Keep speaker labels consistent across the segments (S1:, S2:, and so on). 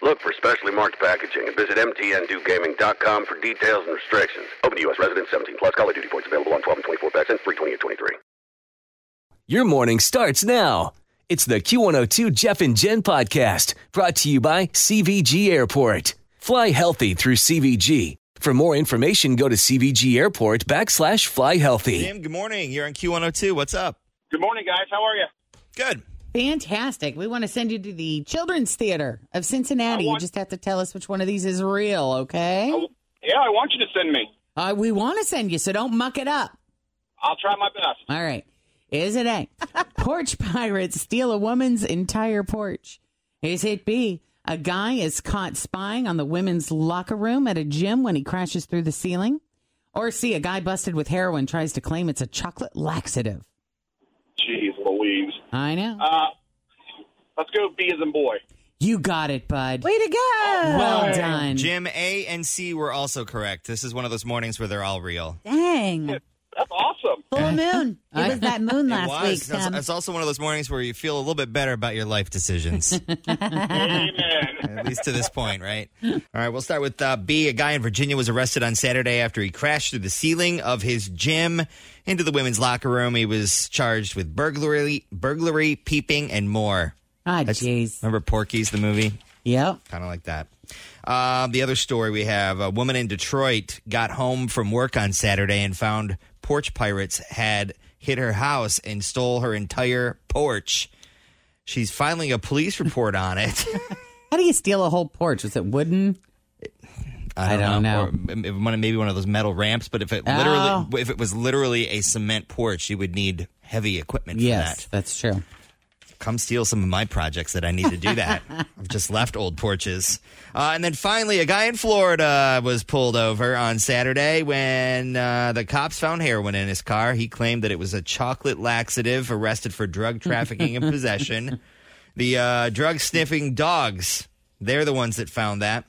S1: Look for specially marked packaging and visit mtndewgaming.com for details and restrictions. Open to U.S. residents 17 plus. Call of Duty points available on 12 and 24 packs and 320 and 23.
S2: Your morning starts now. It's the Q102 Jeff and Jen podcast brought to you by CVG Airport. Fly healthy through CVG. For more information, go to CVG Airport backslash fly healthy.
S3: Jim, good morning. You're on Q102. What's up?
S4: Good morning, guys. How are you?
S3: Good.
S5: Fantastic. We want to send you to the Children's Theater of
S4: I
S5: Cincinnati. you
S4: want-
S5: just have to tell us which one of these is real, okay?
S4: Oh, yeah, I want you to send me.
S5: Uh, we want to send you, so don't muck it up.
S4: I'll try my best.
S5: All right. Is it A? porch pirates steal a woman's entire porch. Is it B? A guy is caught spying on the women's locker room at a gym when he crashes through the ceiling? Or C? A guy busted with heroin tries to claim it's a chocolate laxative.
S4: Jeez Louise.
S5: I know.
S4: Uh, let's go B as in boy.
S5: You got it, bud.
S6: Way to go!
S5: Well done.
S3: Jim, A and C were also correct. This is one of those mornings where they're all real.
S7: Dang.
S4: That's awesome.
S7: Full moon. It was that moon
S3: it
S7: last
S3: was.
S7: week,
S3: It's-
S7: Tim.
S3: It's also one of those mornings where you feel a little bit better about your life decisions,
S4: Amen.
S3: at least to this point, right? All right, we'll start with uh, B. A guy in Virginia was arrested on Saturday after he crashed through the ceiling of his gym into the women's locker room. He was charged with burglary, burglary, peeping, and more.
S7: Oh,
S5: Ah,
S3: That's-
S5: jeez.
S3: Remember Porky's the movie?
S5: Yep.
S3: kind of like that. Uh, the other story we have a woman in Detroit got home from work on Saturday and found porch pirates had hit her house and stole her entire porch. She's filing a police report on it.
S5: How do you steal a whole porch? Was it wooden? I don't
S3: Or m- m- one- maybe one of those metal ramps, but if it
S5: Oh.
S3: literally, if it was literally a cement porch, you would need heavy equipment for
S5: Yes,
S3: that.
S5: that's true.
S3: come steal some of my projects that I need to do that. I've just left old porches. Uh, and then finally, a guy in Florida was pulled over on Saturday when uh, the cops found heroin in his car. He claimed that it was a chocolate laxative, arrested for drug trafficking and possession. The uh, drug sniffing dogs, they're the ones that found that.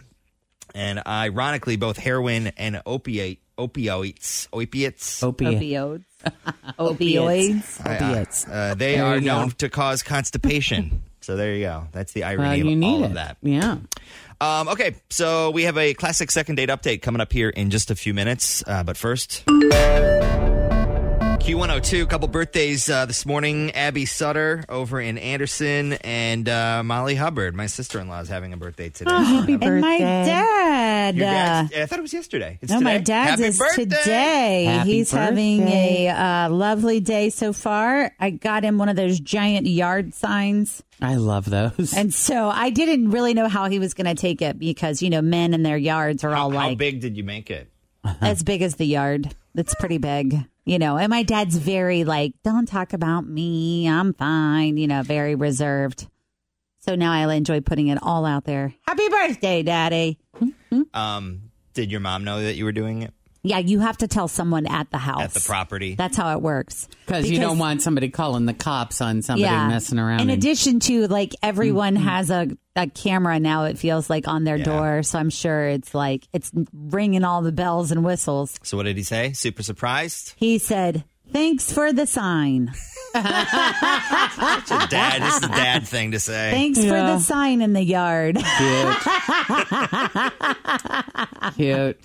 S3: And ironically, both heroin and opiate, opioids, opiates.
S5: Opiate.
S7: Opioids.
S5: Opiates.
S7: Opioids.
S5: Opiates.
S3: Uh, they
S5: There
S3: are
S5: you go.
S3: known to cause constipation. so there you go. That's the
S5: Well,
S3: irony
S5: you
S3: of
S5: need
S3: all
S5: it.
S3: of that.
S5: Yeah.
S3: Um, okay, so we have a classic second date update coming up here in just a few minutes. Uh, but first. Q102, couple birthdays uh, this morning. Abby Sutter over in Anderson and uh, Molly Hubbard, my sister in law, is having a birthday today.
S7: Oh,
S5: Happy
S7: And my dad.
S3: Your
S7: uh,
S3: dad's- I thought it was yesterday. It's
S7: No,
S3: today?
S7: my dad's
S3: Happy
S7: is
S3: birthday!
S7: today.
S5: Happy
S7: He's having
S5: birthday.
S7: a uh, lovely day so far. I got him one of those giant yard signs.
S5: I love those.
S7: And so I didn't really know how he was going to take it because, you know, men and their yards are all
S3: How
S7: like
S3: big did you make it?
S7: as big as the yard. That's pretty big, you know. And my dad's very like, don't talk about me. I'm fine, you know, very reserved. So now I enjoy putting it all out there. Happy birthday, daddy.
S3: Um, did your mom know that you were doing it
S7: Yeah, you have to tell someone at the house.
S3: at the property?
S7: That's how it works.
S5: because you don't want somebody calling the cops on somebody messing around.
S7: In
S5: and-
S7: addition to like everyone
S5: Mm-hmm.
S7: has a, a camera now, it feels like on their
S3: Yeah.
S7: door. So I'm sure it's like it's ringing all the bells and whistles.
S3: so what did he say? Super surprised?
S7: He said,
S5: Thanks for the sign.
S3: It's a dad. This is a dad thing to say.
S5: Thanks for
S6: Yeah.
S5: the sign in the yard.
S6: Cute. Cute.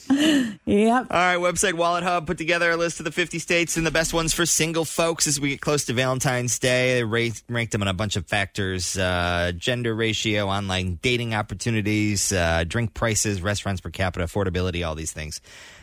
S5: yep.
S3: All right, website Wallet Hub put together a list of the 50 states and the best ones for single folks as we get close to Valentine's Day. They rate, ranked them on a bunch of factors uh, gender ratio, online dating opportunities, uh, drink prices, restaurants per capita, affordability, all these things.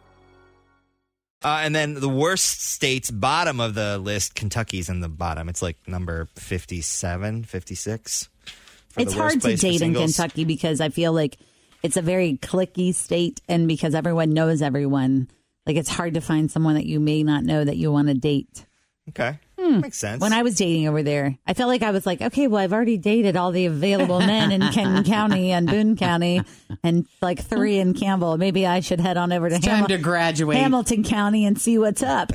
S3: uh, and then the worst states bottom of the list. Kentucky's in the bottom. It's like number 57, 56. for the
S5: it's
S3: worst
S5: hard to
S3: place for
S5: date in
S3: singles.
S5: Kentucky because I feel like it's a very clicky state and because everyone knows everyone, like it's hard to find someone that you may not know that you want to date. Hmm.
S3: Okay, makes sense.
S5: When I was dating over there, I felt like I was like, okay, well, I've already dated all the available men in Kenton County and Boone County and like three in Campbell. Maybe I should head on over to,
S6: it's time
S5: Hamil-
S6: to graduate.
S5: Hamilton County and see what's up.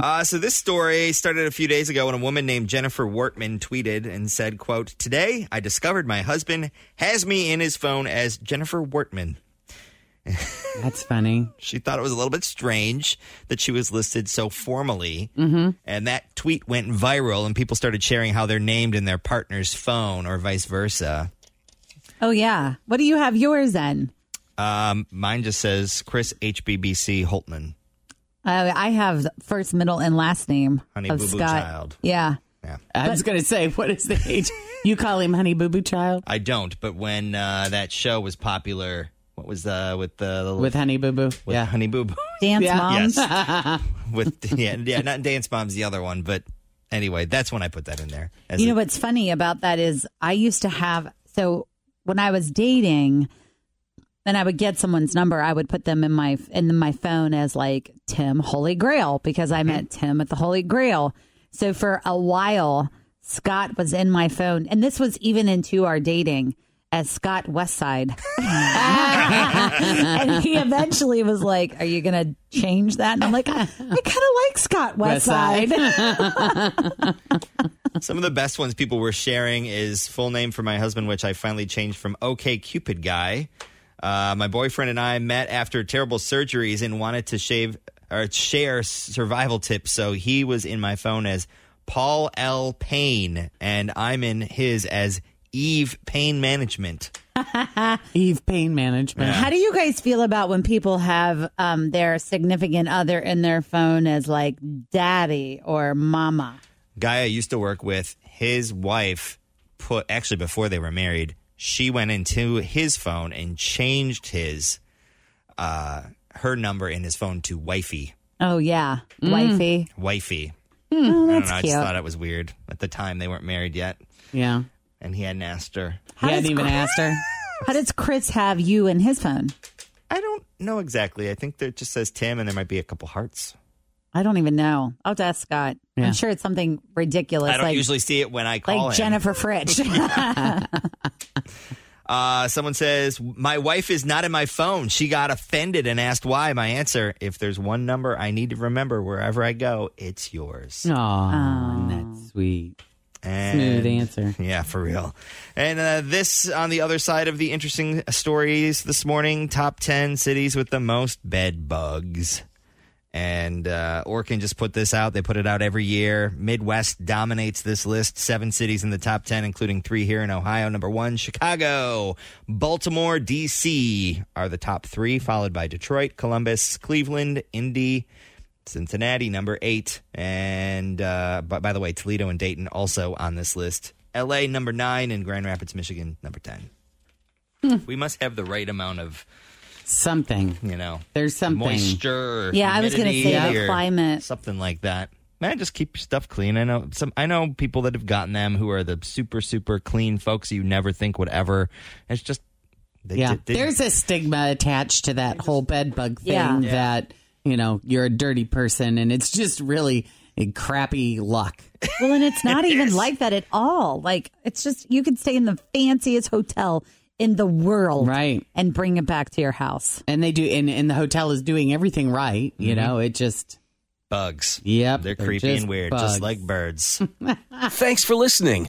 S3: Uh, so this story started a few days ago when a woman named Jennifer Wortman tweeted and said, quote, Today I discovered my husband has me in his phone as Jennifer Wortman.
S6: That's funny.
S3: She thought it was a little bit strange that she was listed so formally.
S5: Mm-hmm.
S3: And that tweet went viral, and people started sharing how they're named in their partner's phone or vice versa.
S5: oh, yeah. What do you have yours then?
S3: Um, mine just says Chris HBBC Holtman.
S5: Uh, I have first, middle, and last name
S3: Honey
S5: of
S3: Boo Boo
S5: Scott.
S3: Child.
S5: Yeah.
S6: I was going to say, what is the age? You call him Honey Boo Boo Child
S3: I don't, but when uh, that show was popular, what was uh, with the, the
S6: with Honey Boo Boo.
S3: with
S6: yeah.
S3: Honey Boo Boo?
S5: Dance
S6: Yeah.
S5: moms.
S3: Yes. With yeah, yeah, not Dance Bomb's the other one, but anyway, that's when I put that in there. as
S5: You
S3: a-
S5: know what's funny about that is I used to have so when I was dating, then I would get someone's number. I would put them in my in my phone as like Tim Holy Grail because I met Tim at the Holy Grail. So for a while, Scott was in my phone, and this was even into our dating as Scott Westside. and he eventually was like, "Are you going to change that?" And I'm like, "I, I kind of like Scott Westside."
S3: Some of the best ones people were sharing is full name for my husband, which I finally changed from OK Cupid guy. Uh, my boyfriend and I met after terrible surgeries and wanted to shave or share survival tips, so he was in my phone as Paul L. Payne, and I'm in his as Eve Pain Management.
S6: Eve Pain Management.
S5: How do you guys feel about when people have um, their significant other in their phone as like daddy or mama?
S3: guy I used to work with, his wife put actually before they were married, she went into his phone and changed his uh her number in his phone to wifey.
S5: Oh yeah, wifey.
S3: Wifey.
S5: Oh,
S3: I don't
S5: that's
S3: know, I
S5: cute.
S3: just thought it was weird. At the time they weren't married yet.
S6: Yeah.
S3: And he hadn't asked her.
S6: He hadn't even asked her.
S5: How does Chris have you in his phone?
S3: I don't know exactly. I think there it just says Tim and there might be a couple hearts.
S5: I don't even know. I'll have to ask Scott.
S6: Yeah.
S5: I'm sure it's something ridiculous
S3: I don't
S5: like
S3: usually see it when I call
S5: like
S3: him.
S5: Jennifer Fritsch.
S3: Uh, someone says, My wife is not in my phone. She got offended and asked why. My answer if there's one number I need to remember wherever I go, it's yours.
S6: Oh, that's sweet.
S3: And-
S5: Smooth answer.
S3: Yeah, for real. And uh, this on the other side of the interesting stories this morning top 10 cities with the most bed bugs. And uh, Orkin just put this out. They put it out every year. Midwest dominates this list. Seven cities in the top 10, including three here in Ohio. Number one, Chicago. Baltimore, D.C. are the top three, followed by Detroit, Columbus, Cleveland, Indy, Cincinnati, number eight. And uh, but by the way, Toledo and Dayton also on this list. LA, number nine, and Grand Rapids, Michigan, number 10.
S5: Hmm.
S3: We must have the right amount of
S5: something,
S3: you know,
S5: There's something.
S3: moisture. or
S7: Yeah, I was gonna
S3: humidity
S7: say the
S3: or
S7: climate.
S3: something like that. Man, just keep your stuff clean. I know some. I know people that have gotten them who are the super super clean folks you never think would ever. It's just they
S5: yeah.
S3: did- they-
S5: Therew There's a stigma attached to that whole bed bug thing
S3: Yeah. Yeah.
S5: that, you know, you're a dirty person and it's just really a crappy luck.
S7: Well, and it's not even like that at all. Like it's just you could stay in the fanciest hotel in the world,
S5: right,
S7: and bring it back to your house.
S5: And they do and, and the hotel is doing everything right, you know, it just
S3: bugs.
S5: Yep.
S3: they're creepy
S5: just
S3: and weird,
S5: bugs.
S3: just like birds.
S2: Thanks for listening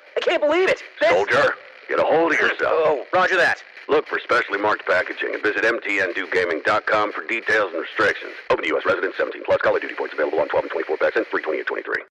S8: I can't believe it. That's-
S1: Soldier, get a hold of yourself.
S8: Oh, roger that.
S1: Look for specially marked packaging and visit mtndewgaming.com for details and restrictions. Open to U.S. residents 17 plus. Call of Duty points available on 12 and 24 packs and 320 and 23.